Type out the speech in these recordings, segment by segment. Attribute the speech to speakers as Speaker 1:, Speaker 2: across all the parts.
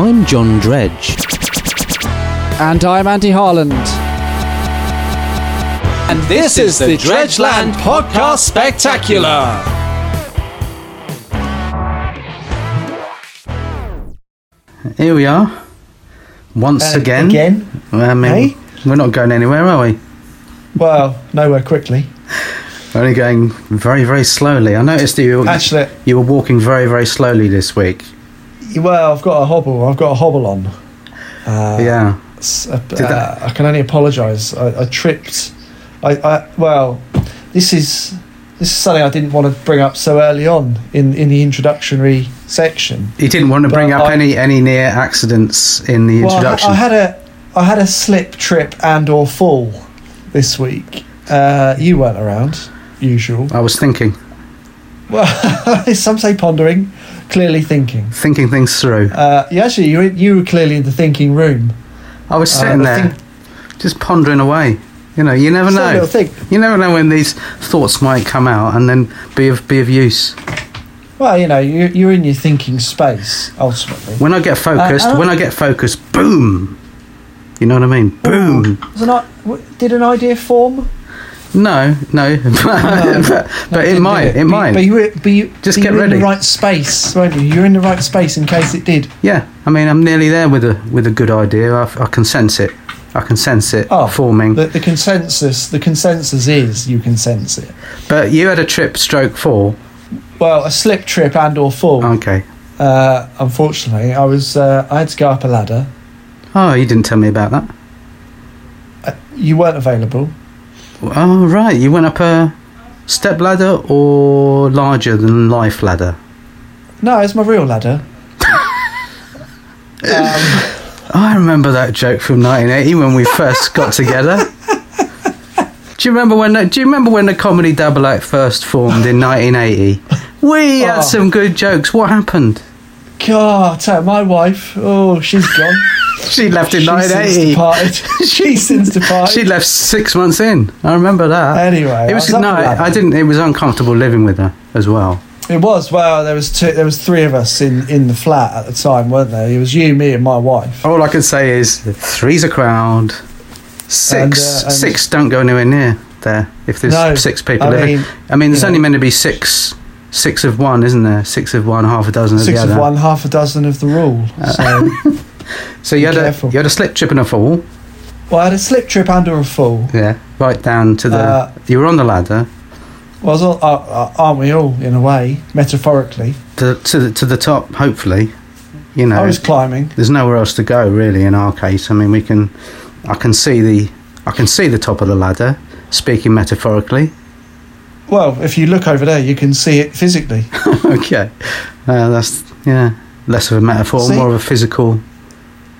Speaker 1: I'm John Dredge.
Speaker 2: And I'm Andy Harland.
Speaker 1: And this, is the Dredgeland Podcast Spectacular. Here we are. Once
Speaker 3: Uh,
Speaker 1: again.
Speaker 3: Again?
Speaker 1: I mean,
Speaker 3: eh?
Speaker 1: we're not going anywhere, are we?
Speaker 3: Well, nowhere quickly.
Speaker 1: We're only going very, very slowly. I noticed that you were,
Speaker 3: Actually,
Speaker 1: you were walking very, very slowly this week.
Speaker 3: well, I've got a hobble. I've got a hobble on. Uh,
Speaker 1: yeah.
Speaker 3: s- uh,
Speaker 1: Did that-
Speaker 3: uh, I can only apologise. I, I tripped. I, I well, this is this is something I didn't want to bring up so early on in in the introductory section.
Speaker 1: You didn't want to bring
Speaker 3: Well,
Speaker 1: up
Speaker 3: I-
Speaker 1: any any near accidents in the
Speaker 3: Well, I-
Speaker 1: introduction.
Speaker 3: I, had a I had a slip, trip, and or fall this week. Uh, you weren't around. Usual.
Speaker 1: I was thinking,
Speaker 3: Well, some say pondering, clearly thinking.
Speaker 1: thinking things through.
Speaker 3: Uh, yeah, actually, you were, you were clearly in the thinking room.
Speaker 1: I was
Speaker 3: Uh,
Speaker 1: sitting
Speaker 3: the
Speaker 1: there, just pondering away. You know, you never
Speaker 3: Some
Speaker 1: know.
Speaker 3: little thing.
Speaker 1: You never know when these thoughts might come out and then be of be of use.
Speaker 3: Well, you know, you're, you're in your thinking space ultimately.
Speaker 1: When I get focused,
Speaker 3: Uh, uh.
Speaker 1: when I get focused, boom. You know what I mean? Boom.
Speaker 3: Was an, i- w- did an idea form?
Speaker 1: No, no, but, but, but it
Speaker 3: Didn't
Speaker 1: might,
Speaker 3: did
Speaker 1: it
Speaker 3: But-
Speaker 1: might.
Speaker 3: But you, were, but you
Speaker 1: Just
Speaker 3: but
Speaker 1: get
Speaker 3: you were in
Speaker 1: ready.
Speaker 3: the right space, weren't you? You're in the right space in case it did.
Speaker 1: Yeah, I mean, I'm nearly there with a with a good idea. I, I can sense it. I can sense it
Speaker 3: Oh,
Speaker 1: forming.
Speaker 3: The, the consensus, the consensus is you can sense it.
Speaker 1: but you had a trip, stroke fall.
Speaker 3: Well, a slip, trip, and or fall.
Speaker 1: Okay.
Speaker 3: Uh, unfortunately, I was uh, I had to go up a ladder.
Speaker 1: Oh, you didn't tell me about that.
Speaker 3: You weren't available.
Speaker 1: Oh, right. You went up a step ladder or larger than life ladder.
Speaker 3: No, it's my real ladder. um,
Speaker 1: Oh, I remember that joke from 1980 when we first got together. Do you remember when? The, do you remember when the comedy double act first formed in 1980? We had
Speaker 3: Oh.
Speaker 1: some good jokes. What happened?
Speaker 3: God, uh, my wife. Oh, she's gone.
Speaker 1: She left in
Speaker 3: She since
Speaker 1: 1980.
Speaker 3: departed. she since departed.
Speaker 1: She left six months in. I remember that.
Speaker 3: Anyway,
Speaker 1: it was,
Speaker 3: I
Speaker 1: no,
Speaker 3: up with that.
Speaker 1: I didn't. It was uncomfortable living with her as well.
Speaker 3: It was. Well, there was two. There was three of us in in the flat at the time, weren't there? It was you, me, and my wife.
Speaker 1: All I can say is three's a crowd. Six,
Speaker 3: And, uh, and-
Speaker 1: six don't go anywhere near there. If there's
Speaker 3: No,
Speaker 1: six people
Speaker 3: I
Speaker 1: living,
Speaker 3: mean,
Speaker 1: I mean, there's
Speaker 3: you
Speaker 1: only
Speaker 3: know.
Speaker 1: meant to be six, six of one, isn't there? Six of one, half a dozen of
Speaker 3: six
Speaker 1: the
Speaker 3: of
Speaker 1: other. Uh,
Speaker 3: one, half a dozen of the rule. So,
Speaker 1: So you
Speaker 3: Be
Speaker 1: had a
Speaker 3: careful.
Speaker 1: you had a slip, trip, and a fall.
Speaker 3: well, I had a slip, trip, under a fall.
Speaker 1: Yeah, right down to the.
Speaker 3: Uh,
Speaker 1: you were on the ladder
Speaker 3: Well, it's all, uh, uh, aren't we all in a way, metaphorically?
Speaker 1: to, to the to the top. Hopefully, you know.
Speaker 3: I was climbing.
Speaker 1: there's nowhere else to go really in our case. I mean, we can, I can see the, I can see the top of the ladder. Speaking metaphorically,
Speaker 3: Well, if you look over there, you can see it physically.
Speaker 1: okay, uh, that's yeah, less of a metaphor,
Speaker 3: See?
Speaker 1: more of a physical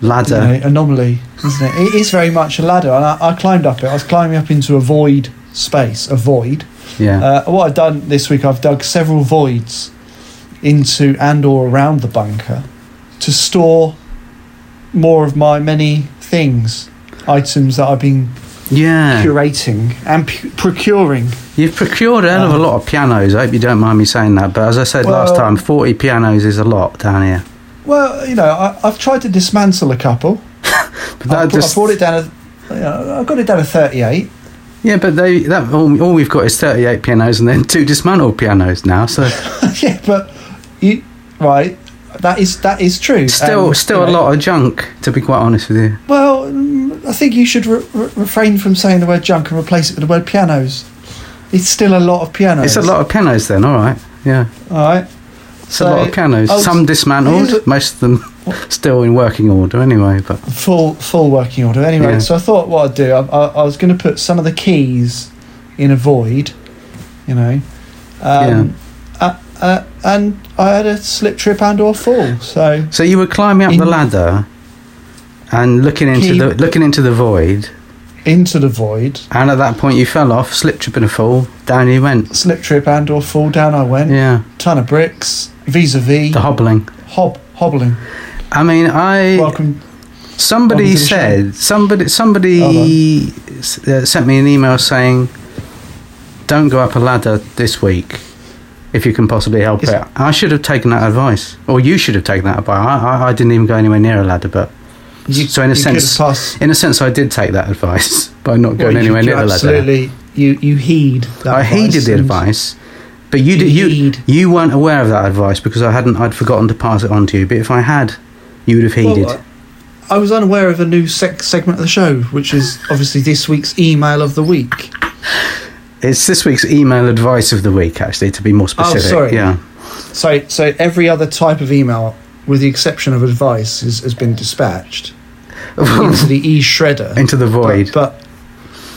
Speaker 3: you
Speaker 1: ladder.
Speaker 3: know, anomaly, isn't it? It is very much a ladder, and I, I climbed up it. I was climbing up into a void space, a void.
Speaker 1: Yeah,
Speaker 3: Uh, what I've done this week, I've dug several voids into and or around the bunker to store more of my many things, items that I've been
Speaker 1: yeah.
Speaker 3: curating and pu- procuring.
Speaker 1: You've procured a hell of a lot of pianos. I hope you don't mind me saying that, but as I said last
Speaker 3: Uh-huh. Well-
Speaker 1: time, forty pianos is a lot down here.
Speaker 3: Well, you know, I, I've tried to dismantle a couple.
Speaker 1: But
Speaker 3: I,
Speaker 1: that
Speaker 3: br-
Speaker 1: just-
Speaker 3: I brought it down. A, you know, I got it down to thirty-eight.
Speaker 1: yeah, but they that all, all we've got is thirty-eight pianos and then two dismantled pianos now. So
Speaker 3: yeah, but you right. That is that is true.
Speaker 1: still,
Speaker 3: And,
Speaker 1: still
Speaker 3: you
Speaker 1: a
Speaker 3: know,
Speaker 1: lot of junk. To be quite honest with you.
Speaker 3: Well, mm, I think you should re- re- refrain from saying the word junk and replace it with the word pianos. It's still a lot of pianos.
Speaker 1: It's a lot of pianos then, all right. Yeah,
Speaker 3: All right.
Speaker 1: it's a lot of pianos.
Speaker 3: oh,
Speaker 1: Some
Speaker 3: here's
Speaker 1: dismantled,
Speaker 3: a-
Speaker 1: most of them still in working order anyway. But
Speaker 3: Full full working order. Anyway,
Speaker 1: Yeah.
Speaker 3: so I thought what I'd do. I, I, I was going to put some of the keys in a void. You know. Um, uh, uh, and I had a slip, trip, and/or fall. So
Speaker 1: so you were climbing up the
Speaker 3: In-
Speaker 1: ladder and looking into
Speaker 3: Keep-
Speaker 1: the looking into the void,
Speaker 3: into the void,
Speaker 1: and at that point you fell off, slipped up in a fall, down you went.
Speaker 3: slip, trip, and/or fall. Down I went.
Speaker 1: Yeah,
Speaker 3: ton of bricks vis-a-vis
Speaker 1: the hobbling.
Speaker 3: hob hobbling
Speaker 1: I mean, I
Speaker 3: welcome
Speaker 1: somebody
Speaker 3: welcome to the Uh-huh.
Speaker 1: said somebody somebody s- uh, sent me an email saying, "Don't go up a ladder this week." if you can possibly help
Speaker 3: Is-
Speaker 1: it. I should have taken that advice, or you should have taken that advice. I, I, I didn't even go anywhere near a ladder, but
Speaker 3: You,
Speaker 1: So in a
Speaker 3: you could have
Speaker 1: sense,
Speaker 3: passed-
Speaker 1: in a sense, I did take that advice by not
Speaker 3: well,
Speaker 1: going
Speaker 3: you-
Speaker 1: anywhere
Speaker 3: you
Speaker 1: near the ladder.
Speaker 3: Absolutely, you you heed. That
Speaker 1: I heeded the
Speaker 3: and-
Speaker 1: advice, but you
Speaker 3: You
Speaker 1: did, you
Speaker 3: heed.
Speaker 1: you weren't aware of that advice because I hadn't. I'd forgotten to pass it on to you. But if I had, you would have heeded.
Speaker 3: Well, I I was unaware of a new sec- segment of the show, which is obviously this week's email of the week.
Speaker 1: it's this week's email advice of the week, actually, to be more specific.
Speaker 3: Oh, sorry.
Speaker 1: Yeah.
Speaker 3: So, so every other type of email, with the exception of advice, is, has been dispatched into the e shredder.
Speaker 1: Into the void.
Speaker 3: But,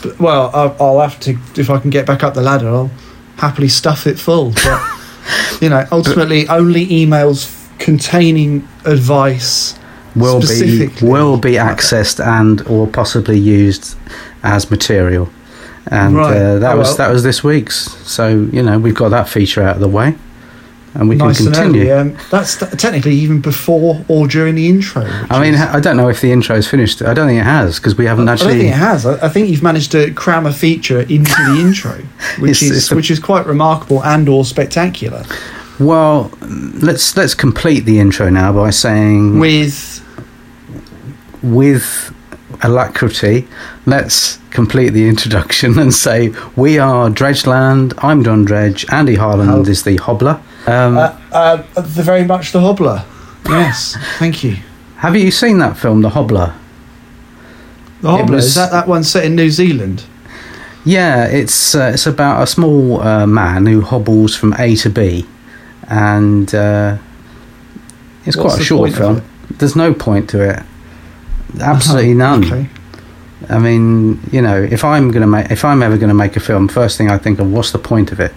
Speaker 3: but, but- well, I'll, I'll have to if I can get back up the ladder. I'll happily stuff it full. But you know, ultimately, only emails f- containing advice.
Speaker 1: will be
Speaker 3: specifically-
Speaker 1: will be accessed and or possibly used as material. And
Speaker 3: Right, Oh,
Speaker 1: uh, that was
Speaker 3: well-
Speaker 1: that was this week's. So you know we've got that feature out of the way, and we
Speaker 3: nice
Speaker 1: can
Speaker 3: and
Speaker 1: continue.
Speaker 3: early. Um, that's t- technically even before or during the intro. which
Speaker 1: I mean,
Speaker 3: is-
Speaker 1: ha- I don't know if the intro's finished. I don't think it has because we haven't
Speaker 3: I don't
Speaker 1: actually.
Speaker 3: think it has. I, I think you've managed to cram a feature into the intro,
Speaker 1: It's-
Speaker 3: which is
Speaker 1: it's a-
Speaker 3: which is quite remarkable and or spectacular.
Speaker 1: well, mm, let's let's complete the intro now by saying
Speaker 3: With
Speaker 1: with alacrity. Let's complete the introduction and say we are Dredgeland. I'm Don Dredge. Andy Harland
Speaker 3: Oh.
Speaker 1: is the hobbler. Um,
Speaker 3: uh, uh, the very much the hobbler. Yes, thank you.
Speaker 1: Have you seen that film, The Hobbler?
Speaker 3: The hobbler
Speaker 1: was-
Speaker 3: is that that one set in New Zealand?
Speaker 1: Yeah, it's uh, it's about a small uh, man who hobbles from A to B, and uh, it's
Speaker 3: What's
Speaker 1: quite a
Speaker 3: the
Speaker 1: short
Speaker 3: point
Speaker 1: film.
Speaker 3: of
Speaker 1: There's no point to it. Absolutely none.
Speaker 3: Uh-huh. Okay.
Speaker 1: I mean, you know, if I'm gonna make, if I'm ever gonna make a film, first thing I think of, what's the point of it?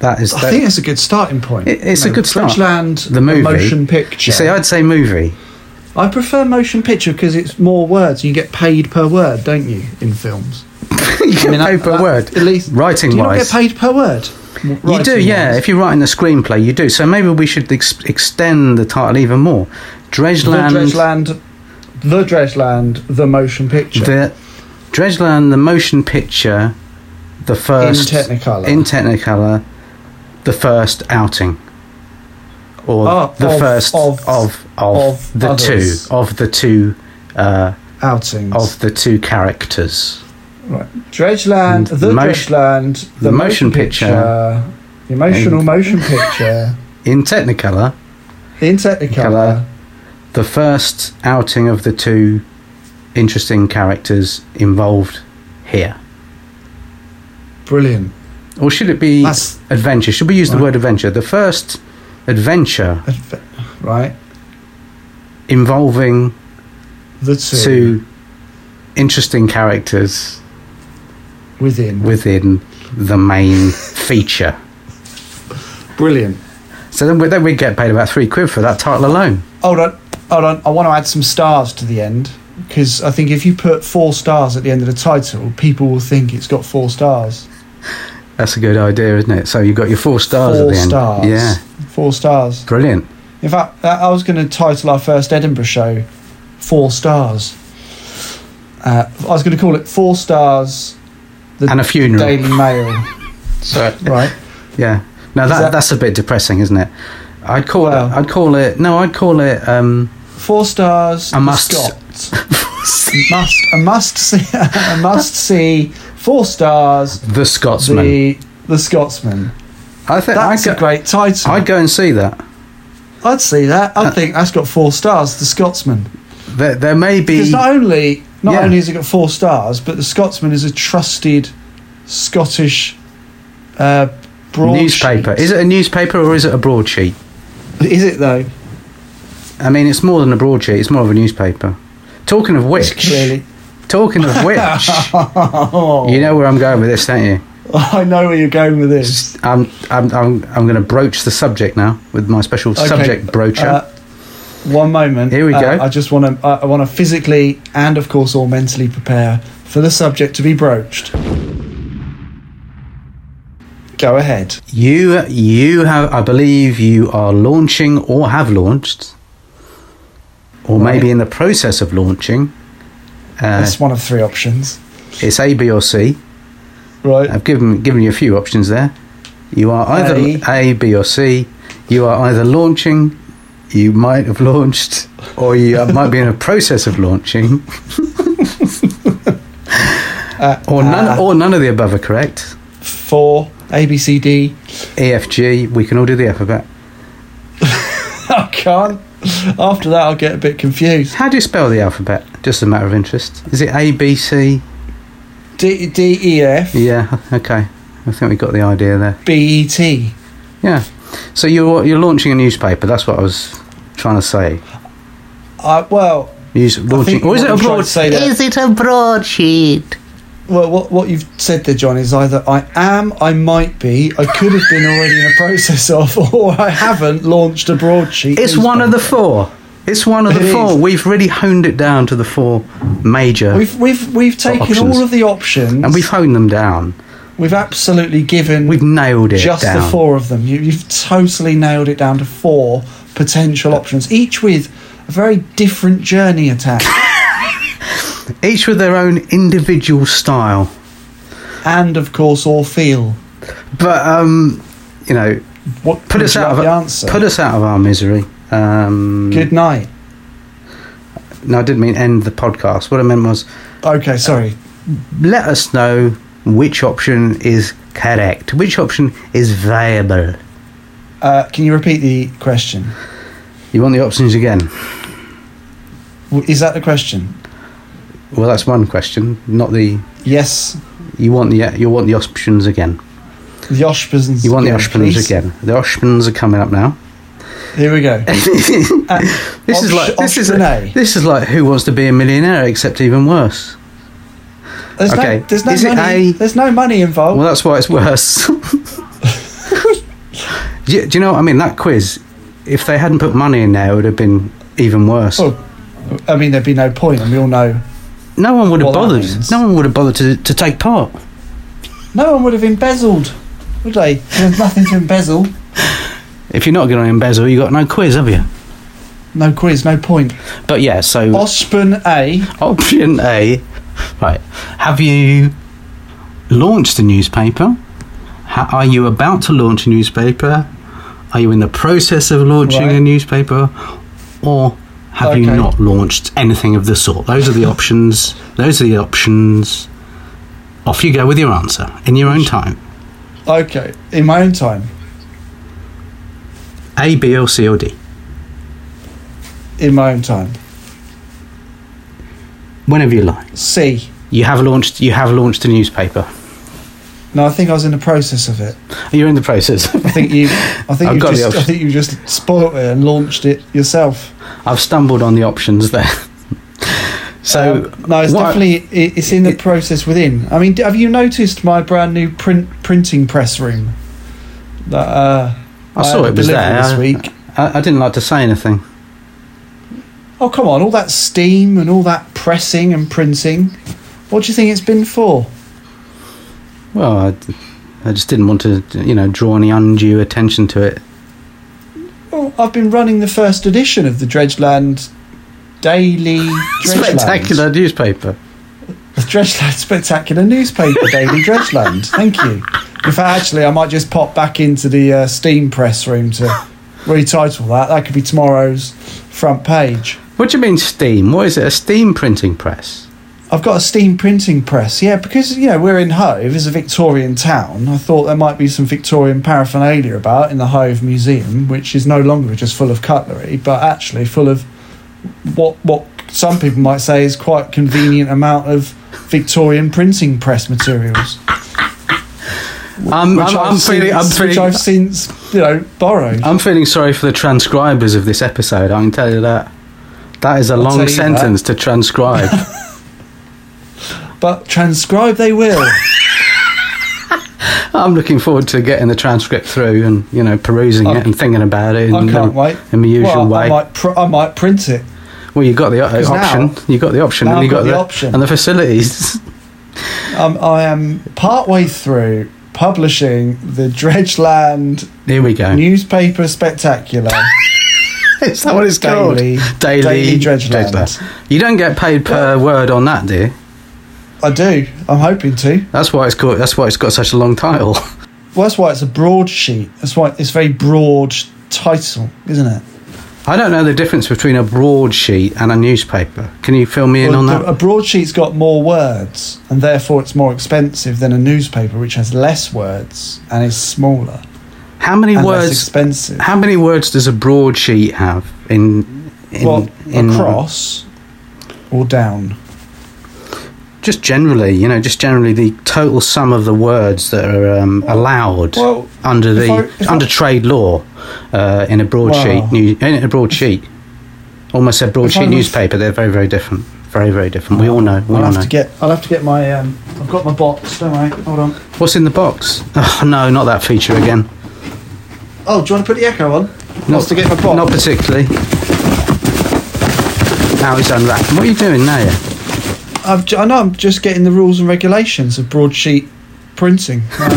Speaker 1: That is.
Speaker 3: I
Speaker 1: that-
Speaker 3: think it's a good starting point.
Speaker 1: It- it's a good start.
Speaker 3: Dredgeland,
Speaker 1: The movie.
Speaker 3: motion picture.
Speaker 1: you see, I'd say movie.
Speaker 3: I prefer motion picture because it's more words. You get paid per word, don't you, in films?
Speaker 1: you get
Speaker 3: I-
Speaker 1: paid per
Speaker 3: I-
Speaker 1: word.
Speaker 3: At least
Speaker 1: Writing
Speaker 3: Do you not
Speaker 1: wise.
Speaker 3: get paid per word?
Speaker 1: You do, yeah. If you're writing the screenplay, you do. So maybe we should ex- extend the title even more. Dredgeland,
Speaker 3: The Dredgeland, the Dredgeland, the motion picture
Speaker 1: the Dredgeland, the motion picture, the first
Speaker 3: in Technicolor.
Speaker 1: in Technicolor, the first outing, or
Speaker 3: Oh,
Speaker 1: the
Speaker 3: of-
Speaker 1: first
Speaker 3: of-
Speaker 1: of of,
Speaker 3: of
Speaker 1: the
Speaker 3: others.
Speaker 1: two of the two uh,
Speaker 3: outings.
Speaker 1: of the two characters.
Speaker 3: right. Dredgeland, the
Speaker 1: Mo-
Speaker 3: Dredgeland, the,
Speaker 1: the motion picture.
Speaker 3: the emotional
Speaker 1: And-
Speaker 3: motion picture
Speaker 1: In Technicolor,
Speaker 3: in Technicolor.
Speaker 1: Colour. the first outing of the two interesting characters involved here.
Speaker 3: Brilliant.
Speaker 1: Or should it be
Speaker 3: That's
Speaker 1: adventure? Should we use the
Speaker 3: Right.
Speaker 1: word adventure? The first adventure
Speaker 3: right.
Speaker 1: involving
Speaker 3: The two,
Speaker 1: two interesting characters
Speaker 3: within.
Speaker 1: within the main feature.
Speaker 3: Brilliant.
Speaker 1: So then we, then we get paid about three quid for that title alone.
Speaker 3: Hold on, hold on. I want to add some stars to the end because I think if you put four stars at the end of the title, people will think it's got four stars.
Speaker 1: That's a good idea, isn't it? So you've got your four stars
Speaker 3: four
Speaker 1: at the end.
Speaker 3: stars.
Speaker 1: Yeah,
Speaker 3: Four stars.
Speaker 1: brilliant.
Speaker 3: In fact, that- I was going to title our first Edinburgh show Four Stars. Uh, I was going to call it Four Stars The
Speaker 1: and a funeral.
Speaker 3: Daily Mail.
Speaker 1: So
Speaker 3: right.
Speaker 1: yeah. Now
Speaker 3: Is
Speaker 1: that,
Speaker 3: that-
Speaker 1: that's a bit depressing, isn't it? I'd call
Speaker 3: Well-
Speaker 1: it. I'd call it. No, I'd call it. Um,
Speaker 3: Four Stars
Speaker 1: A
Speaker 3: The
Speaker 1: must-
Speaker 3: Scots. must a must see a must see Four Stars
Speaker 1: the Scotsman.
Speaker 3: The The Scotsman.
Speaker 1: I think I'd
Speaker 3: That's
Speaker 1: go,
Speaker 3: a great title.
Speaker 1: I'd go and see that.
Speaker 3: I'd see that.
Speaker 1: Uh,
Speaker 3: I think that's got four stars. The Scotsman,
Speaker 1: There, there may
Speaker 3: because
Speaker 1: be.
Speaker 3: not only not
Speaker 1: Yeah.
Speaker 3: only has it got four stars, but the Scotsman is a trusted Scottish uh, broadsheet.
Speaker 1: newspaper. Is it a newspaper or is it a broadsheet?
Speaker 3: Is it though?
Speaker 1: I mean, it's more than a broadsheet. It's more of a newspaper. Talking of
Speaker 3: It's
Speaker 1: which,
Speaker 3: clearly.
Speaker 1: talking of which,
Speaker 3: Oh,
Speaker 1: you know where I'm going with this, don't you?
Speaker 3: I know where you're going with this.
Speaker 1: Just- I'm, I'm, I'm, I'm going to broach the subject now with my special
Speaker 3: Okay,
Speaker 1: subject broacher.
Speaker 3: Uh, one moment.
Speaker 1: Here we
Speaker 3: Uh,
Speaker 1: go.
Speaker 3: I just want to. I, I want to physically and, of course, all mentally prepare for the subject to be broached. Go ahead.
Speaker 1: you, you have, I believe, you are launching or have launched, or
Speaker 3: Right.
Speaker 1: maybe in the process of launching. Uh,
Speaker 3: That's one of three options.
Speaker 1: it's A, B, or C.
Speaker 3: Right.
Speaker 1: uh, I've given given you a few options there. You are either A, B, or C. You are either launching, you might have launched, or you are- might be in a process of launching,
Speaker 3: Uh,
Speaker 1: or none,
Speaker 3: uh,
Speaker 1: or none of the above are correct.
Speaker 3: four A B C D.
Speaker 1: EFG, we can all do the alphabet.
Speaker 3: I can't. After that, I'll get a bit confused.
Speaker 1: How do you spell the alphabet? Just a matter of interest. Is it A, B, C?
Speaker 3: D D E F
Speaker 1: Yeah, okay. I think we got the idea there.
Speaker 3: B E T.
Speaker 1: Yeah. So you're you're launching a newspaper. That's what I was trying to say.
Speaker 3: Uh, well,
Speaker 1: Use launching,
Speaker 3: think
Speaker 1: or is
Speaker 3: what
Speaker 1: it a
Speaker 3: I'm trying
Speaker 1: broad?
Speaker 3: to say there-
Speaker 1: Is it a broadsheet?
Speaker 3: well, what what you've said there, John, is either I am, I might be, I could have been already in a process of, or I haven't launched a broadsheet.
Speaker 1: It's one of the
Speaker 3: newspaper.
Speaker 1: four. It's one of the
Speaker 3: It
Speaker 1: four.
Speaker 3: is.
Speaker 1: We've really honed it down to the four major,
Speaker 3: We've we've we've taken
Speaker 1: options.
Speaker 3: all of the options,
Speaker 1: and we've honed them down.
Speaker 3: we've absolutely given
Speaker 1: We've nailed it
Speaker 3: just
Speaker 1: down.
Speaker 3: the four of them. You, you've totally nailed it down to four potential options, each with a very different journey attached.
Speaker 1: Each with their own individual style.
Speaker 3: and of course all feel.
Speaker 1: But um, you know,
Speaker 3: What
Speaker 1: put us out of
Speaker 3: the answer?
Speaker 1: put us out of our misery. Um,
Speaker 3: Good night.
Speaker 1: No, I didn't mean end the podcast. What I meant was
Speaker 3: Okay, sorry.
Speaker 1: let us know which option is correct, which option is viable.
Speaker 3: Uh, can you repeat the question?
Speaker 1: You want the options again?
Speaker 3: W- Is that the question?
Speaker 1: Well, that's one question. Not the
Speaker 3: Yes.
Speaker 1: you want the you want the options again.
Speaker 3: The Oshpins.
Speaker 1: You want the options
Speaker 3: please.
Speaker 1: again. The options are coming up now.
Speaker 3: Here we go. Uh,
Speaker 1: This is
Speaker 3: Opsh-
Speaker 1: like this is
Speaker 3: Option A.
Speaker 1: this is like who wants to be a millionaire, except even worse.
Speaker 3: There's
Speaker 1: okay.
Speaker 3: no, there's no
Speaker 1: Is it
Speaker 3: money.
Speaker 1: A?
Speaker 3: There's no money involved.
Speaker 1: Well, that's why it's worse. do, you, do you know what I mean? That quiz, if they hadn't put money in there, it would have been even worse.
Speaker 3: Oh, I mean, there'd be no point, and we all know
Speaker 1: no one would have
Speaker 3: well, that
Speaker 1: bothered.
Speaker 3: means-
Speaker 1: No one would have bothered to, to take part.
Speaker 3: no one would have embezzled, would they? There's nothing to embezzle.
Speaker 1: If you're not going to embezzle, you got no quiz, have you?
Speaker 3: No quiz, no point.
Speaker 1: But yeah, so
Speaker 3: Ospin A.
Speaker 1: option A, right? Have you launched a newspaper? Ha- are you about to launch a newspaper? Are you in the process of launching a
Speaker 3: Right.
Speaker 1: newspaper, or have you
Speaker 3: Okay.
Speaker 1: not launched anything of the sort? Those are the options. Those are the options. Off you go with your answer in your own time.
Speaker 3: Okay, in my own time,
Speaker 1: A, B, or C, or D.
Speaker 3: in my own time.
Speaker 1: Whenever you like.
Speaker 3: C.
Speaker 1: You have launched. You have launched a newspaper.
Speaker 3: No, I think I was in the process of it.
Speaker 1: You're in the process.
Speaker 3: I think you, I think
Speaker 1: I've
Speaker 3: you
Speaker 1: got the
Speaker 3: just, I
Speaker 1: option.
Speaker 3: think you just spoilt it and launched it yourself.
Speaker 1: I've stumbled on the options there. so
Speaker 3: Um, no, it's
Speaker 1: what I-
Speaker 3: definitely it, it's in the process within. I mean, d- have you noticed my brand new print printing press room? That uh,
Speaker 1: I saw
Speaker 3: had a
Speaker 1: it was
Speaker 3: delivery
Speaker 1: there.
Speaker 3: this week.
Speaker 1: I, I didn't like to say anything.
Speaker 3: Oh come on! All that steam and all that pressing and printing. What do you think it's been for?
Speaker 1: Well, I, I just didn't want to, you know, draw any undue attention to it.
Speaker 3: Well, I've been running the first edition of the Dredgeland Daily Dredgeland.
Speaker 1: Spectacular newspaper.
Speaker 3: The Dredgeland Spectacular newspaper, Daily Dredgeland. Thank you. In fact, actually, I might just pop back into the uh, Steam press room to retitle that. That could be tomorrow's front page.
Speaker 1: What do you mean steam? What is it? A steam printing press?
Speaker 3: I've got a steam printing press, yeah, because you know we're in Hove, it's a Victorian town. I thought there might be some Victorian paraphernalia about in the Hove Museum, which is no longer just full of cutlery, but actually full of what what some people might say is quite convenient amount of Victorian printing press materials,
Speaker 1: I'm, I'm,
Speaker 3: which, I've,
Speaker 1: I'm feeling, I'm
Speaker 3: since, which
Speaker 1: feeling,
Speaker 3: I've since you know borrowed.
Speaker 1: I'm feeling sorry for the transcribers of this episode. I can tell you that. That is a
Speaker 3: tell you
Speaker 1: long
Speaker 3: that.
Speaker 1: sentence to transcribe.
Speaker 3: but transcribe they will.
Speaker 1: I'm looking forward to getting the transcript through and you know perusing
Speaker 3: I-
Speaker 1: it and thinking about it in,
Speaker 3: I can't
Speaker 1: the-
Speaker 3: wait.
Speaker 1: in the usual
Speaker 3: well,
Speaker 1: way.
Speaker 3: I might pr- I might print it.
Speaker 1: Well, you got the o-
Speaker 3: 'Cause
Speaker 1: option.
Speaker 3: now-
Speaker 1: you got the option,
Speaker 3: now
Speaker 1: and
Speaker 3: I've
Speaker 1: you got,
Speaker 3: got the
Speaker 1: the
Speaker 3: option.
Speaker 1: and the facilities.
Speaker 3: Um, I am partway through publishing the Dredgeland
Speaker 1: Here we go.
Speaker 3: newspaper spectacular.
Speaker 1: Is that what it's called?
Speaker 3: Daily-
Speaker 1: Daily,
Speaker 3: Daily Dredgeland.
Speaker 1: You don't get paid per word on that, dear.
Speaker 3: I do. I'm hoping to.
Speaker 1: That's why it's called. That's why it's got such a long title.
Speaker 3: Well, that's why it's a broadsheet. That's why it's a very broad title, isn't it?
Speaker 1: I don't know the difference between a broadsheet and a newspaper. Can you fill me in
Speaker 3: Well,
Speaker 1: on
Speaker 3: the-
Speaker 1: that?
Speaker 3: A broadsheet's got more words, and therefore it's more expensive than a newspaper, which has less words and is smaller
Speaker 1: How many
Speaker 3: uh, and less
Speaker 1: words?
Speaker 3: expensive.
Speaker 1: How many words does a broadsheet have in in,
Speaker 3: well,
Speaker 1: in
Speaker 3: across or down.
Speaker 1: Just generally, you know, just generally the total sum of the words that are um, allowed
Speaker 3: Well,
Speaker 1: under
Speaker 3: if
Speaker 1: the
Speaker 3: I- if I-
Speaker 1: under trade law uh, in a broadsheet
Speaker 3: Wow.
Speaker 1: new, in a broadsheet. Almost said broadsheet
Speaker 3: was-
Speaker 1: newspaper. They're very very different. Very very different. We all know. We
Speaker 3: I'll
Speaker 1: all
Speaker 3: have
Speaker 1: know.
Speaker 3: to get. I'll have to get my. Um, I've got my box. Don't I? Hold on.
Speaker 1: What's in the box? Oh no, not that feature again.
Speaker 3: Oh, do you want to put the echo on?
Speaker 1: Not
Speaker 3: Wants to get my box.
Speaker 1: Not particularly. Now he's unwrapping. What are you doing now?
Speaker 3: I've, ju- I know. I'm just getting the rules and regulations of broadsheet printing. Um,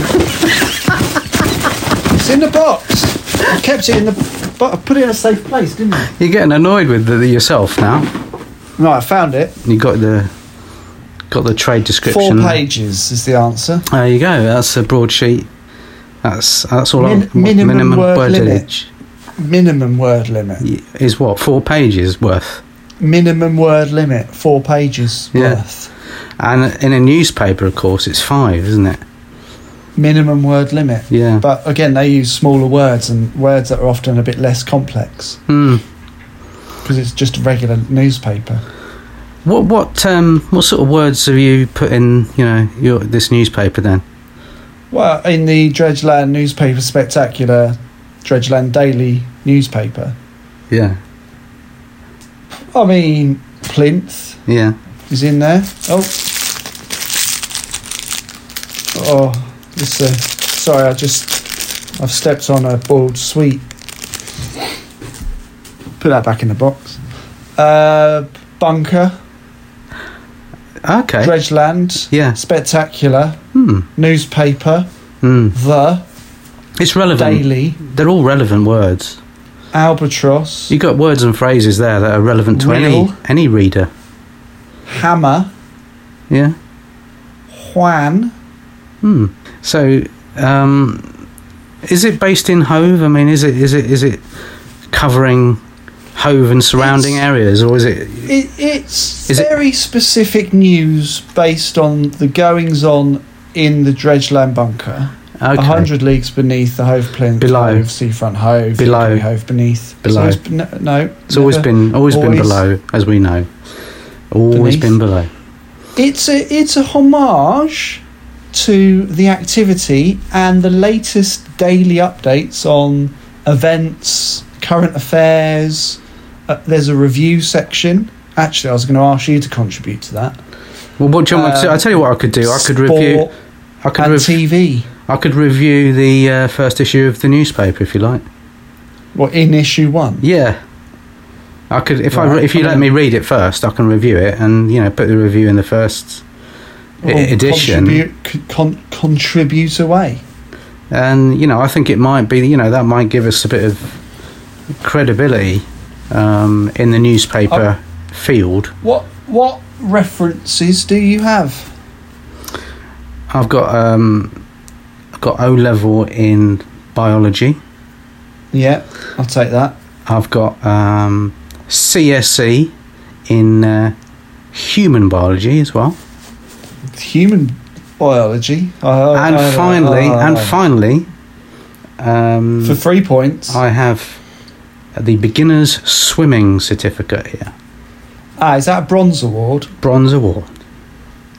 Speaker 3: it's in the box. I kept it in the. But I put it in a safe place, didn't I?
Speaker 1: You're getting annoyed with the, the yourself now.
Speaker 3: No, I found it.
Speaker 1: You got the got the trade description.
Speaker 3: Four pages is the answer.
Speaker 1: There you go. That's a broadsheet. That's that's all.
Speaker 3: Min-
Speaker 1: I'm-
Speaker 3: minimum word limit.
Speaker 1: wordage
Speaker 3: Minimum word limit.
Speaker 1: is what four pages worth,
Speaker 3: Minimum word limit. Four pages
Speaker 1: Yeah.
Speaker 3: worth.
Speaker 1: and in a newspaper, of course, it's five, isn't it?
Speaker 3: Minimum word limit.
Speaker 1: Yeah.
Speaker 3: But again, they use smaller words and words that are often a bit less complex
Speaker 1: Hmm.
Speaker 3: because it's just a regular newspaper.
Speaker 1: What what um what sort of words have you put in? You know, your this newspaper then.
Speaker 3: Well, in the Dredgeland newspaper spectacular, Dredgeland Daily newspaper.
Speaker 1: Yeah.
Speaker 3: I mean, plinth
Speaker 1: Yeah.
Speaker 3: is in there. Oh, oh, it's a. Sorry, I just I've stepped on a boiled sweet. Put that back in the box. Uh, bunker,
Speaker 1: Okay.
Speaker 3: Dredgeland,
Speaker 1: Yeah.
Speaker 3: spectacular
Speaker 1: Hmm.
Speaker 3: newspaper,
Speaker 1: Hmm.
Speaker 3: the
Speaker 1: It's relevant.
Speaker 3: daily,
Speaker 1: They're all relevant words.
Speaker 3: albatross,
Speaker 1: You got words and phrases there that are relevant to any
Speaker 3: Real.
Speaker 1: any reader.
Speaker 3: hammer,
Speaker 1: Yeah.
Speaker 3: Juan.
Speaker 1: Hmm. So, um, is it based in Hove? I mean, is it is it is it covering Hove and surrounding
Speaker 3: It's-
Speaker 1: areas, or is it?
Speaker 3: It, it's
Speaker 1: Is it-
Speaker 3: very specific news based on the goings on in the Dredgeland bunker, a
Speaker 1: Okay.
Speaker 3: hundred leagues beneath the Hove Plinth,
Speaker 1: Below.
Speaker 3: Hove, Seafront Hove,
Speaker 1: Below.
Speaker 3: Hickory Hove beneath. It's
Speaker 1: Below.
Speaker 3: always been- no, no,
Speaker 1: It's always
Speaker 3: never.
Speaker 1: been always, been
Speaker 3: always
Speaker 1: below, as we know. Always
Speaker 3: beneath.
Speaker 1: been below.
Speaker 3: It's a it's a homage to the activity and the latest daily updates on events, current affairs. Uh, there's a review section. Actually, I was going to ask you to contribute to that.
Speaker 1: Well, what do you want me to?
Speaker 3: Um,
Speaker 1: I tell you what I could do. I could
Speaker 3: Sport
Speaker 1: review. I could
Speaker 3: and
Speaker 1: rev-
Speaker 3: TV.
Speaker 1: I could review the uh, first issue of the newspaper if you like.
Speaker 3: Well, in issue one.
Speaker 1: Yeah. I could if I
Speaker 3: Right.
Speaker 1: re- if you
Speaker 3: I
Speaker 1: let
Speaker 3: mean-
Speaker 1: me read it first, I can review it and you know put the review in the first i-
Speaker 3: Well,
Speaker 1: edition.
Speaker 3: Contribute, c- con- contribute away.
Speaker 1: and you know I think it might be you know that might give us a bit of credibility um, in the newspaper field.
Speaker 3: What what references do you have?
Speaker 1: I've got um, I've got O level in biology.
Speaker 3: Yeah, I'll take that.
Speaker 1: I've got um, CSE in uh, human biology as well.
Speaker 3: Human biology. Oh,
Speaker 1: and
Speaker 3: oh,
Speaker 1: finally,
Speaker 3: oh,
Speaker 1: and
Speaker 3: oh.
Speaker 1: finally, um,
Speaker 3: for three points.
Speaker 1: I have the beginner's swimming certificate here,
Speaker 3: ah, is that a bronze award?
Speaker 1: bronze award.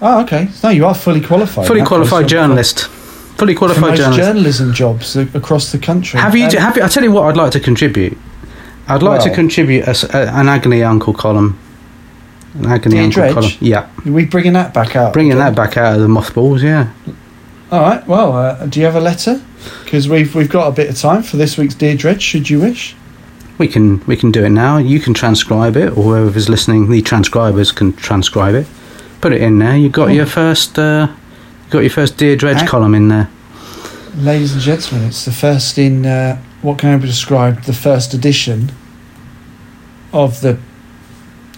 Speaker 3: Oh, okay. No, you are fully qualified.
Speaker 1: Fully
Speaker 3: That
Speaker 1: qualified
Speaker 3: goes
Speaker 1: journalist. Fully
Speaker 3: for- for
Speaker 1: qualified
Speaker 3: most
Speaker 1: journalist.
Speaker 3: journalism jobs a- across the country.
Speaker 1: Have you?
Speaker 3: Um,
Speaker 1: d- Have you? I tell you what, I'd like to contribute. I'd like to
Speaker 3: Well.
Speaker 1: contribute a s a an agony uncle column. An agony
Speaker 3: The
Speaker 1: uncle
Speaker 3: dredge?
Speaker 1: column. Yeah,
Speaker 3: are we bringing that back out?
Speaker 1: bringing that back out of the mothballs. Yeah.
Speaker 3: All right. Well, uh, do you have a letter? Because we've we've got a bit of time for this week's Dear Dredge, should you wish.
Speaker 1: We can we can do it now. You can transcribe it, or whoever's listening, the transcribers can transcribe it. Put it in there. You got
Speaker 3: Cool.
Speaker 1: your first uh, you got your first dear dredge
Speaker 3: Ac-
Speaker 1: column in there.
Speaker 3: Ladies and gentlemen, it's the first in uh, what can be described the first edition of the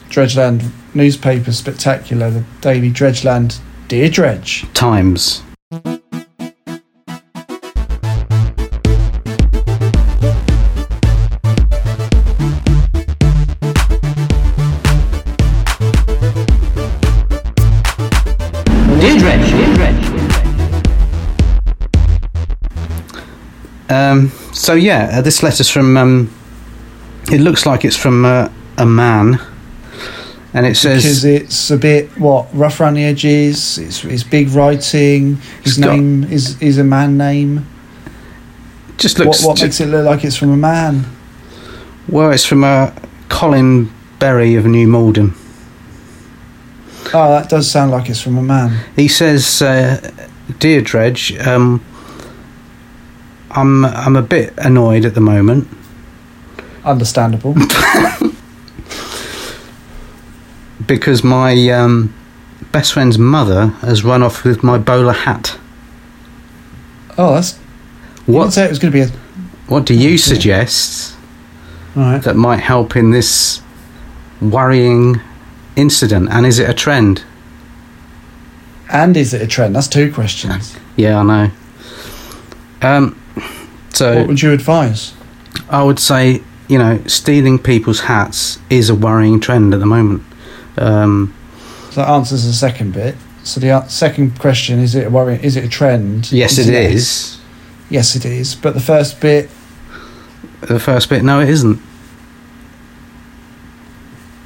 Speaker 3: Dredgeland newspaper spectacular, the Daily Dredgeland Dear Dredge.
Speaker 1: Times. Um, So yeah, uh, this letter's from. Um, it looks like it's from uh, a man, and it
Speaker 3: because
Speaker 1: says
Speaker 3: it's a bit what rough around the edges. It's it's big writing. His
Speaker 1: It's got-
Speaker 3: name is is a man name.
Speaker 1: just looks.
Speaker 3: what what makes it look like it's from a man?
Speaker 1: well, it's from uh, Colin Berry of New Malden.
Speaker 3: Oh, that does sound like it's from a man.
Speaker 1: He says, uh, "Dear Dredge, um, I'm I'm a bit annoyed at the moment.
Speaker 3: Understandable.
Speaker 1: because my um, best friend's mother has run off with my bowler hat.
Speaker 3: Oh, that's You didn't
Speaker 1: What
Speaker 3: say it was going to be a.
Speaker 1: What do you suggest
Speaker 3: All right.
Speaker 1: that might help in this worrying incident? And is it a trend?
Speaker 3: And is it a trend? That's two questions.
Speaker 1: Yeah, I know. Um,
Speaker 3: What
Speaker 1: so
Speaker 3: would you advise?
Speaker 1: I would say you know stealing people's hats is a worrying trend at the moment. Um,
Speaker 3: So that answers the second bit. So the an- second question is it a worry? Is it a trend?
Speaker 1: yes, it
Speaker 3: Yes.
Speaker 1: is.
Speaker 3: Yes, it is. But the first bit
Speaker 1: The first bit, no, it isn't.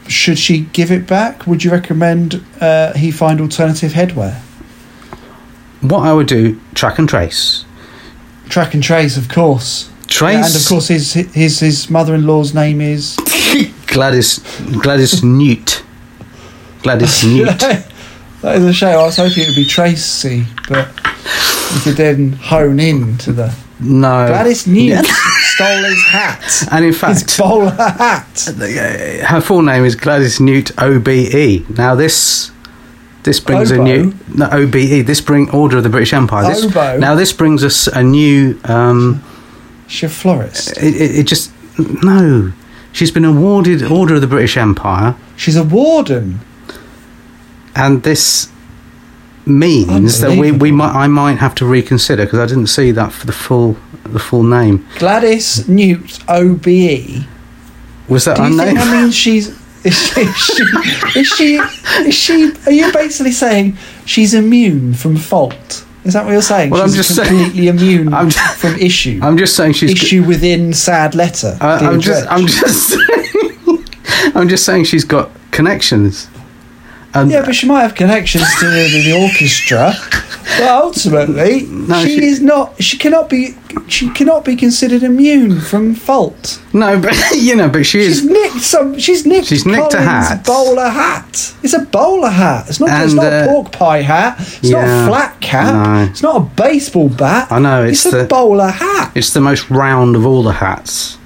Speaker 3: should she give it back? Would you recommend uh, he find alternative headwear?
Speaker 1: What I would do, track and trace.
Speaker 3: Track and trace, of course.
Speaker 1: Trace.
Speaker 3: And of course, his his his mother-in-law's name is.
Speaker 1: Gladys Gladys Newt. Gladys Newt.
Speaker 3: that is a shame. I was hoping it would be Tracy, but you could then hone in to the
Speaker 1: No.
Speaker 3: Gladys Newt stole his hat.
Speaker 1: And in
Speaker 3: His
Speaker 1: Oh. fact,
Speaker 3: bowler hat.
Speaker 1: her full name is Gladys Newt OBE. Now this this brings
Speaker 3: Oboe?
Speaker 1: a new no, OBE. This bring Order of the British Empire. This,
Speaker 3: Oboe?
Speaker 1: now this brings us a new. Um,
Speaker 3: She's a florist.
Speaker 1: it, it, it just no. She's been awarded Order of the British Empire,
Speaker 3: She's a warden.
Speaker 1: and this means that we, we
Speaker 3: Unbelievable.
Speaker 1: might I might have to reconsider because I didn't see that for the full the full name.
Speaker 3: Gladys Newt OBE. Do you
Speaker 1: Was that her
Speaker 3: E. think
Speaker 1: name?
Speaker 3: that means she's. Is she, is she, is she, are you basically saying she's immune from fault? Is that what you're saying?
Speaker 1: Well, I'm
Speaker 3: she's
Speaker 1: just saying-
Speaker 3: completely immune
Speaker 1: I'm-
Speaker 3: from issue.
Speaker 1: I'm just saying she's.
Speaker 3: issue within sad letter.
Speaker 1: I,
Speaker 3: dear
Speaker 1: I'm just.
Speaker 3: Dredge.
Speaker 1: I'm just. Saying, I'm just saying she's got connections. And
Speaker 3: yeah, but she might have connections to the, the orchestra, but ultimately,
Speaker 1: No,
Speaker 3: she,
Speaker 1: she-
Speaker 3: is not. She cannot be. She cannot be considered immune from fault.
Speaker 1: no, but you know, but she
Speaker 3: She's
Speaker 1: is.
Speaker 3: nicked some. She's nicked.
Speaker 1: She's nicked a
Speaker 3: Colin's
Speaker 1: hat.
Speaker 3: Bowler hat. It's a bowler hat. It's not. it's
Speaker 1: And,
Speaker 3: not a
Speaker 1: uh,
Speaker 3: pork pie hat. It's not
Speaker 1: yeah,
Speaker 3: a flat cap.
Speaker 1: no.
Speaker 3: It's not a baseball bat.
Speaker 1: I know,
Speaker 3: It's,
Speaker 1: it's
Speaker 3: a
Speaker 1: the-
Speaker 3: bowler hat.
Speaker 1: It's the most round of all the hats,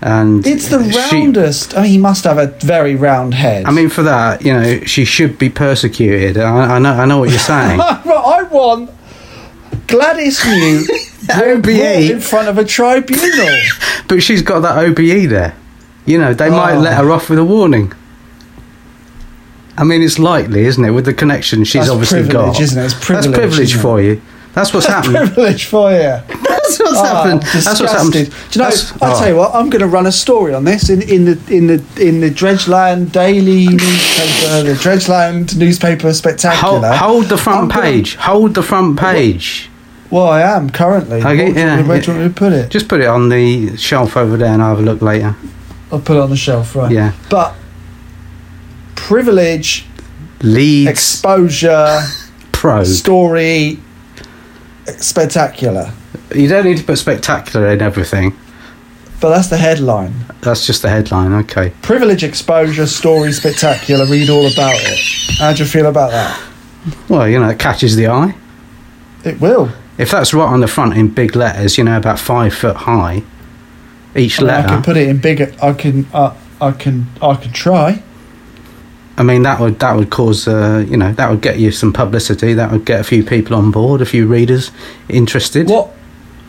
Speaker 1: and
Speaker 3: It's the
Speaker 1: she-
Speaker 3: roundest. I mean, he must have a very round head.
Speaker 1: I mean, for that, you know, she should be persecuted. I, I know. I know what you're saying.
Speaker 3: I want Gladys New
Speaker 1: OBE.
Speaker 3: in front of a tribunal.
Speaker 1: but she's got that OBE there. You know, they might
Speaker 3: Oh.
Speaker 1: let her off with a warning. I mean, it's likely, isn't it, with the connection she's
Speaker 3: That's
Speaker 1: obviously
Speaker 3: privilege,
Speaker 1: got?
Speaker 3: isn't it? It's privilege,
Speaker 1: That's privilege
Speaker 3: isn't it?
Speaker 1: for you. That's what's happened.
Speaker 3: Privilege Oh, for you.
Speaker 1: That's what's happened. That's what's happened.
Speaker 3: Ah, Do you know?
Speaker 1: That's-
Speaker 3: I'll
Speaker 1: oh.
Speaker 3: tell you what. I'm going to run a story on this in, in the in the in the Dredgeland Daily newspaper, the Dredgeland newspaper
Speaker 1: Hold,
Speaker 3: spectacular.
Speaker 1: hold the
Speaker 3: I'm
Speaker 1: front
Speaker 3: gonna-
Speaker 1: page. Hold the front page.
Speaker 3: well, I am currently.
Speaker 1: Okay,
Speaker 3: What do you
Speaker 1: yeah,
Speaker 3: want- where do you want me to put it?
Speaker 1: Just put it on the shelf over there, and I'll have a look later.
Speaker 3: I'll put it on the shelf, right?
Speaker 1: Yeah.
Speaker 3: But privilege,
Speaker 1: Leeds
Speaker 3: exposure,
Speaker 1: Pro.
Speaker 3: story, spectacular.
Speaker 1: You don't need to put spectacular in everything.
Speaker 3: But that's the headline.
Speaker 1: That's just the headline. Okay.
Speaker 3: Privilege exposure story spectacular. Read all about it. How do you feel about that?
Speaker 1: Well, you know, it catches the eye.
Speaker 3: It will.
Speaker 1: If that's right on the front in big letters, you know, about five foot high, each
Speaker 3: I, mean, I
Speaker 1: letter.
Speaker 3: can put it in bigger. I can. Uh, I can. I can try.
Speaker 1: I mean, that would that would cause, uh, you know, that would get you some publicity. That would get a few people on board, a few readers interested.
Speaker 3: What?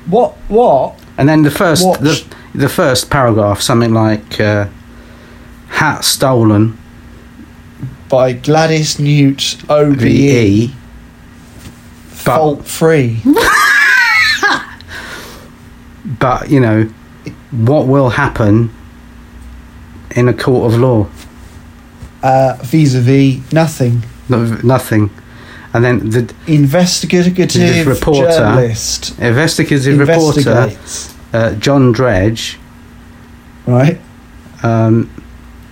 Speaker 3: What? What?
Speaker 1: And then the first
Speaker 3: Watch.
Speaker 1: the, the first paragraph, something like uh, "hat stolen
Speaker 3: By Gladys Newt
Speaker 1: E,
Speaker 3: OBE.
Speaker 1: VE." but-
Speaker 3: Fault free.
Speaker 1: But you know, what will happen in a court of law?
Speaker 3: Uh, vis-a-vis nothing.
Speaker 1: No, nothing. And then the
Speaker 3: Investigative
Speaker 1: reporter
Speaker 3: journalist.
Speaker 1: investigative reporter
Speaker 3: Investigates.
Speaker 1: uh, John Dredge
Speaker 3: right?
Speaker 1: um,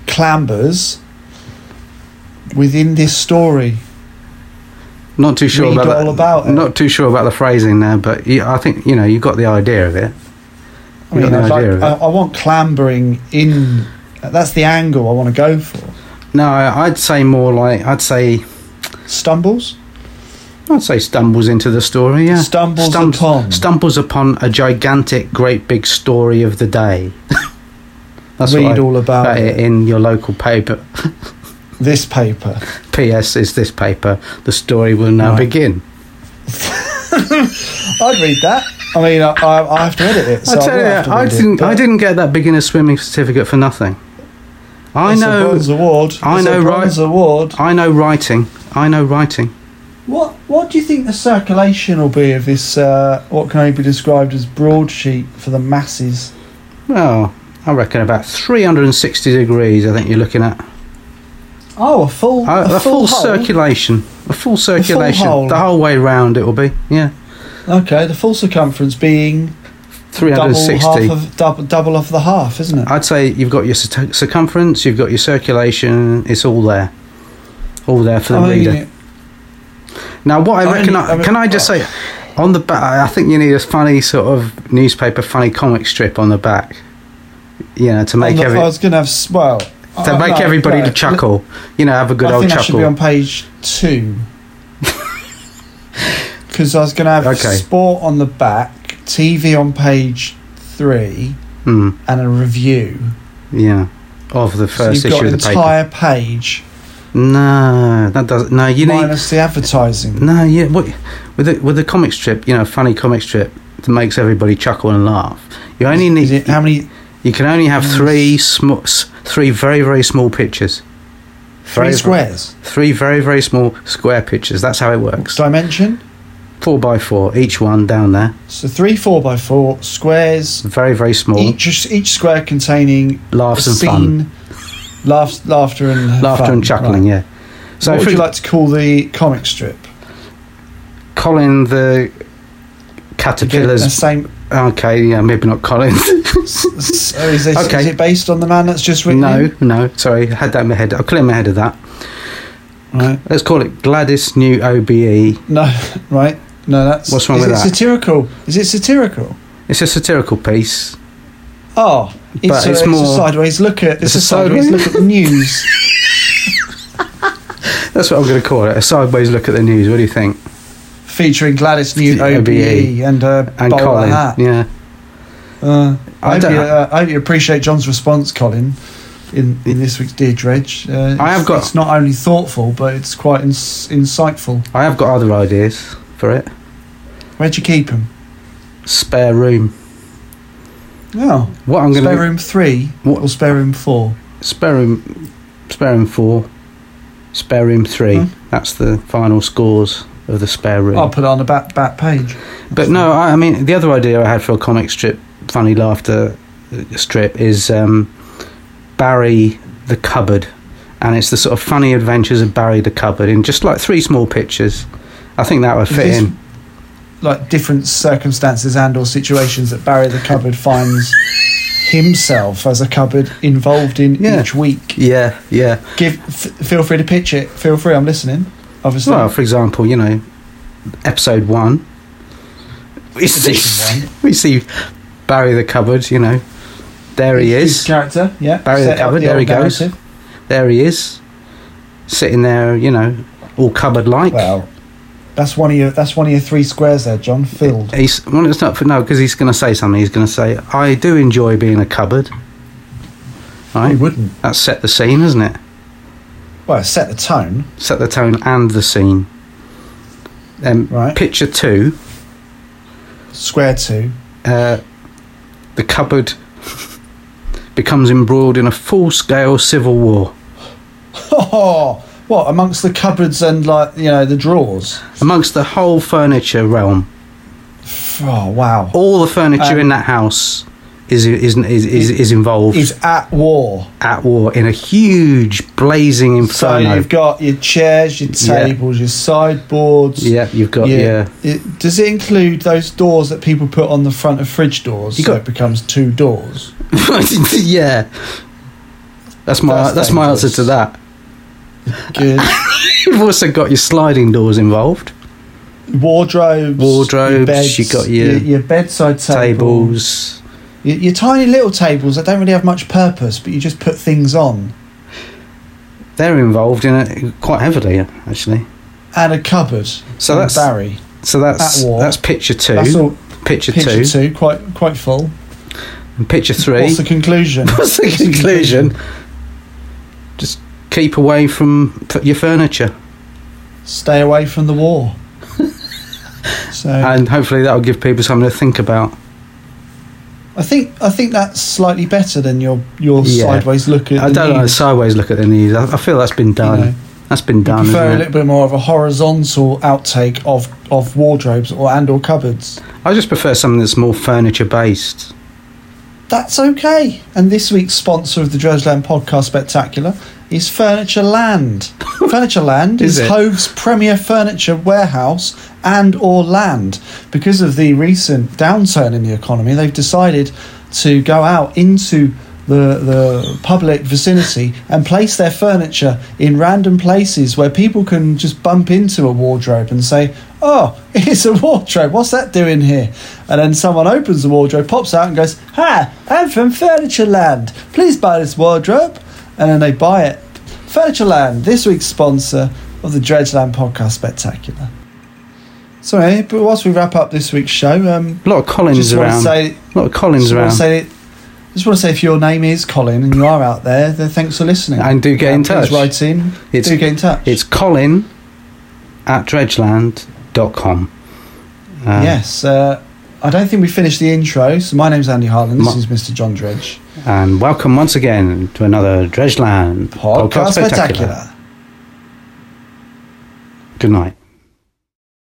Speaker 3: Clambers within this story.
Speaker 1: Not too sure
Speaker 3: Read
Speaker 1: about that.
Speaker 3: all about it.
Speaker 1: Not too sure about the phrasing there, but yeah, I think you know you got the idea of it.
Speaker 3: I
Speaker 1: You
Speaker 3: mean,
Speaker 1: got the
Speaker 3: I'd like,
Speaker 1: idea of
Speaker 3: I,
Speaker 1: it.
Speaker 3: I want clambering in. That's the angle I want to go for.
Speaker 1: No, I- I'd say more like I'd say
Speaker 3: Stumbles,
Speaker 1: I'd say stumbles into the story. Yeah,
Speaker 3: Stumbles
Speaker 1: Stum-
Speaker 3: upon.
Speaker 1: stumbles upon a gigantic, great big story of the day. That's
Speaker 3: read
Speaker 1: what I
Speaker 3: all about
Speaker 1: put it
Speaker 3: it.
Speaker 1: in your local paper.
Speaker 3: This paper.
Speaker 1: P.S. is this paper. The story will now
Speaker 3: Right.
Speaker 1: begin.
Speaker 3: I'd read that. I mean, I, I, I have to edit it. So
Speaker 1: I tell
Speaker 3: will
Speaker 1: you,
Speaker 3: have to
Speaker 1: I
Speaker 3: read it,
Speaker 1: didn't. I
Speaker 3: but
Speaker 1: didn't get that beginner swimming certificate for nothing. I
Speaker 3: it's A
Speaker 1: know.
Speaker 3: bronze award.
Speaker 1: I
Speaker 3: It's a
Speaker 1: know, right?
Speaker 3: Bronze award.
Speaker 1: I know writing. I know writing.
Speaker 3: What What do you think the circulation will be of this? Uh, what can only be described as broadsheet for the masses?
Speaker 1: Well, I reckon about 360 degrees. I think you're looking at
Speaker 3: Oh, a full,
Speaker 1: Uh, a,
Speaker 3: a,
Speaker 1: a full,
Speaker 3: hole?
Speaker 1: circulation, a full circulation,
Speaker 3: hole.
Speaker 1: the whole way round. It will be yeah,
Speaker 3: Okay, the full circumference being double
Speaker 1: 360.
Speaker 3: half of double, double of the half, isn't it?
Speaker 1: I'd say you've got your cir- circumference, you've got your circulation. It's all there, all there for the reader. Now, what I
Speaker 3: I
Speaker 1: reckon,
Speaker 3: only-
Speaker 1: I,
Speaker 3: I mean-
Speaker 1: can I just say, on the back, I think you need a funny sort of newspaper, funny comic strip on the back, you know, to make
Speaker 3: on the-
Speaker 1: every
Speaker 3: I was going to have s- well uh, to
Speaker 1: to make everybody to chuckle, you know, have a good
Speaker 3: I
Speaker 1: old
Speaker 3: think that should
Speaker 1: chuckle.
Speaker 3: be on page two. Because I was going to have
Speaker 1: Okay.
Speaker 3: sport on the back, TV on page three,
Speaker 1: Hmm,
Speaker 3: and a review.
Speaker 1: yeah, of the
Speaker 3: So
Speaker 1: first
Speaker 3: you've
Speaker 1: issue
Speaker 3: got
Speaker 1: of the paper.
Speaker 3: entire page
Speaker 1: No, that doesn't. No, you need.
Speaker 3: minus the advertising.
Speaker 1: No, yeah. What with the with the comic strip, you know, funny comic strip that makes everybody chuckle and laugh. You only
Speaker 3: Is
Speaker 1: need.
Speaker 3: it how many?
Speaker 1: You can only have three small, three very very small pictures.
Speaker 3: Three
Speaker 1: Very-
Speaker 3: squares.
Speaker 1: Three very very small square pictures. That's how it works.
Speaker 3: Dimension.
Speaker 1: Four by four, each one down there.
Speaker 3: So three four by four squares.
Speaker 1: Very very small.
Speaker 3: Each each square containing
Speaker 1: laughs
Speaker 3: a
Speaker 1: and fun,
Speaker 3: scene, laughs, laughter and
Speaker 1: laughter
Speaker 3: fun,
Speaker 1: and chuckling.
Speaker 3: right.
Speaker 1: Yeah. So
Speaker 3: what
Speaker 1: if
Speaker 3: would
Speaker 1: we
Speaker 3: you like to call the comic strip?
Speaker 1: Colin the
Speaker 3: Again, the
Speaker 1: caterpillars.
Speaker 3: same.
Speaker 1: Okay, yeah, maybe not Colin.
Speaker 3: s- s- oh, is, this,
Speaker 1: Okay.
Speaker 3: is it based on the man that's just written?
Speaker 1: no,
Speaker 3: it?
Speaker 1: no. Sorry, had that in my head. I'll clear my head of that.
Speaker 3: Right.
Speaker 1: Let's call it Gladys New E. OBE.
Speaker 3: No. Right. No. That's.
Speaker 1: What's wrong
Speaker 3: is
Speaker 1: with
Speaker 3: it
Speaker 1: that?
Speaker 3: Satirical. Is it satirical?
Speaker 1: It's a satirical piece.
Speaker 3: Oh, it's,
Speaker 1: But
Speaker 3: a,
Speaker 1: it's more-
Speaker 3: a sideways look at. It's,
Speaker 1: a
Speaker 3: a sideways,
Speaker 1: sideways-
Speaker 3: look at the news.
Speaker 1: That's what I'm going to call it. A sideways look at the news. What do you think?
Speaker 3: Featuring Gladys Newt
Speaker 1: The OBE.
Speaker 3: OBE and uh,
Speaker 1: E And
Speaker 3: bowler
Speaker 1: Colin.
Speaker 3: hat.
Speaker 1: Yeah.
Speaker 3: Uh, I,
Speaker 1: I
Speaker 3: hope
Speaker 1: don't-
Speaker 3: you, uh, I hope you appreciate John's response, Colin, in, in this week's Dear Dredge. Uh,
Speaker 1: I
Speaker 3: it's-
Speaker 1: have got-
Speaker 3: It's not only thoughtful, but it's quite ins- insightful.
Speaker 1: I have got other ideas for it.
Speaker 3: Where'd you keep him?
Speaker 1: Spare room.
Speaker 3: Oh,
Speaker 1: What I'm going
Speaker 3: spare
Speaker 1: to
Speaker 3: room three
Speaker 1: What-
Speaker 3: or spare room four?
Speaker 1: spare room, spare room four, spare room three.
Speaker 3: Hmm. Oh,
Speaker 1: That's the final scores of the spare room.
Speaker 3: I'll put it on the back back page.
Speaker 1: But no, I, I mean the other idea I had for a comic strip, funny laughter uh, strip, is um, Barry the Cupboard, and it's the sort of funny adventures of Barry the Cupboard in just like three small pictures. I think that would
Speaker 3: Is
Speaker 1: fit
Speaker 3: this-
Speaker 1: in.
Speaker 3: Like different circumstances and or situations that Barry the cupboard finds himself as a cupboard involved in
Speaker 1: Yeah.
Speaker 3: each week.
Speaker 1: Yeah, yeah.
Speaker 3: Give f- feel free to pitch it. Feel free. I'm listening. Obviously,
Speaker 1: Well, for example, you know, episode one, we see,
Speaker 3: Edition one.
Speaker 1: we see Barry the Cupboard. You know, there he
Speaker 3: His-
Speaker 1: is.
Speaker 3: his character. Yeah,
Speaker 1: Barry the
Speaker 3: set up
Speaker 1: cupboard, there
Speaker 3: old
Speaker 1: he goes.
Speaker 3: narrative.
Speaker 1: There he is, sitting there. You know, all cupboard like.
Speaker 3: Well, that's one of your that's one of your three squares there, John. Filled.
Speaker 1: He's well, it's not for no because he's going to say something. He's going to say, "I do enjoy being a cupboard." Right,
Speaker 3: wouldn't.
Speaker 1: that set the scene, isn't it?
Speaker 3: Well, set the tone,
Speaker 1: Set the tone and the scene. Then
Speaker 3: Right.
Speaker 1: picture two,
Speaker 3: square two.
Speaker 1: uh, the cupboard becomes embroiled in a full-scale civil war
Speaker 3: Oh, what amongst the cupboards and like you know the drawers?
Speaker 1: amongst the whole furniture realm.
Speaker 3: Oh wow.
Speaker 1: All the furniture
Speaker 3: Um,
Speaker 1: in that house is is is is, is involved
Speaker 3: is at war.
Speaker 1: at war in a huge blazing
Speaker 3: So
Speaker 1: inferno.
Speaker 3: you've got your chairs, your
Speaker 1: Yeah.
Speaker 3: tables, your sideboards.
Speaker 1: yeah, you've got yeah.
Speaker 3: It, does it include those doors that people put on the front of fridge doors
Speaker 1: You
Speaker 3: so
Speaker 1: got-
Speaker 3: it becomes two doors?
Speaker 1: yeah. That's my
Speaker 3: That's
Speaker 1: that's, my
Speaker 3: dangerous.
Speaker 1: answer to that.
Speaker 3: Good.
Speaker 1: You've also got your sliding doors involved,
Speaker 3: Wardrobes.
Speaker 1: Wardrobes,
Speaker 3: your beds,
Speaker 1: you got your-
Speaker 3: your, bedside table.
Speaker 1: tables.
Speaker 3: Your, your tiny little tables that don't really have much purpose, but you just put things on.
Speaker 1: They're involved in it quite heavily, actually.
Speaker 3: And a cupboard.
Speaker 1: So
Speaker 3: And
Speaker 1: that's-
Speaker 3: Barry.
Speaker 1: So that's
Speaker 3: At war.
Speaker 1: that's picture two,
Speaker 3: That's all.
Speaker 1: picture,
Speaker 3: Picture
Speaker 1: two,
Speaker 3: two, quite quite full.
Speaker 1: and picture three.
Speaker 3: What's the conclusion?
Speaker 1: What's the conclusion? Just keep away from f- your furniture,
Speaker 3: Stay away from the war. so
Speaker 1: and hopefully that'll give people something to think about.
Speaker 3: I think I think that's slightly better than your your
Speaker 1: Yeah.
Speaker 3: sideways look at.
Speaker 1: I
Speaker 3: the
Speaker 1: don't like a
Speaker 3: news,
Speaker 1: sideways look at the news. I, I feel that's been
Speaker 3: you
Speaker 1: done.
Speaker 3: know.
Speaker 1: That's been
Speaker 3: I
Speaker 1: done.
Speaker 3: prefer a
Speaker 1: Isn't
Speaker 3: little
Speaker 1: it?
Speaker 3: bit more of a horizontal outtake of of wardrobes or and or cupboards.
Speaker 1: I just prefer something that's more furniture based.
Speaker 3: That's okay. And this week's sponsor of the Dresland Podcast Spectacular is Furniture Land. Furniture Land
Speaker 1: Is
Speaker 3: is,
Speaker 1: it?
Speaker 3: Hove's premier furniture warehouse and or land. Because of the recent downturn in the economy, they've decided to go out into the, the public vicinity and place their furniture in random places where people can just bump into a wardrobe and say, Oh, it's a wardrobe. What's that doing here? And then someone opens the wardrobe, pops out, and goes, Hi, I'm from Furniture Land. Please buy this wardrobe. And then they buy it. Furniture Land, this week's sponsor of the Dredgeland Podcast Spectacular. Sorry, but whilst we wrap up this week's show, um,
Speaker 1: A lot of Collins
Speaker 3: just want to
Speaker 1: around.
Speaker 3: say
Speaker 1: a lot of Collins
Speaker 3: just want
Speaker 1: around.
Speaker 3: to say, just want to say, if your name is Colin and you are out there, then thanks for listening.
Speaker 1: And do get in touch.
Speaker 3: Please write in.
Speaker 1: It's-
Speaker 3: do get in touch.
Speaker 1: it's Colin at dredgeland.com. Um,
Speaker 3: yes. Uh, I don't think we finished the intro. So my name's Andy Harlan. This
Speaker 1: My-
Speaker 3: is Mr. John Dredge.
Speaker 1: And welcome once again to another Dredgeland
Speaker 3: Podcast Spectacular.
Speaker 1: Good night.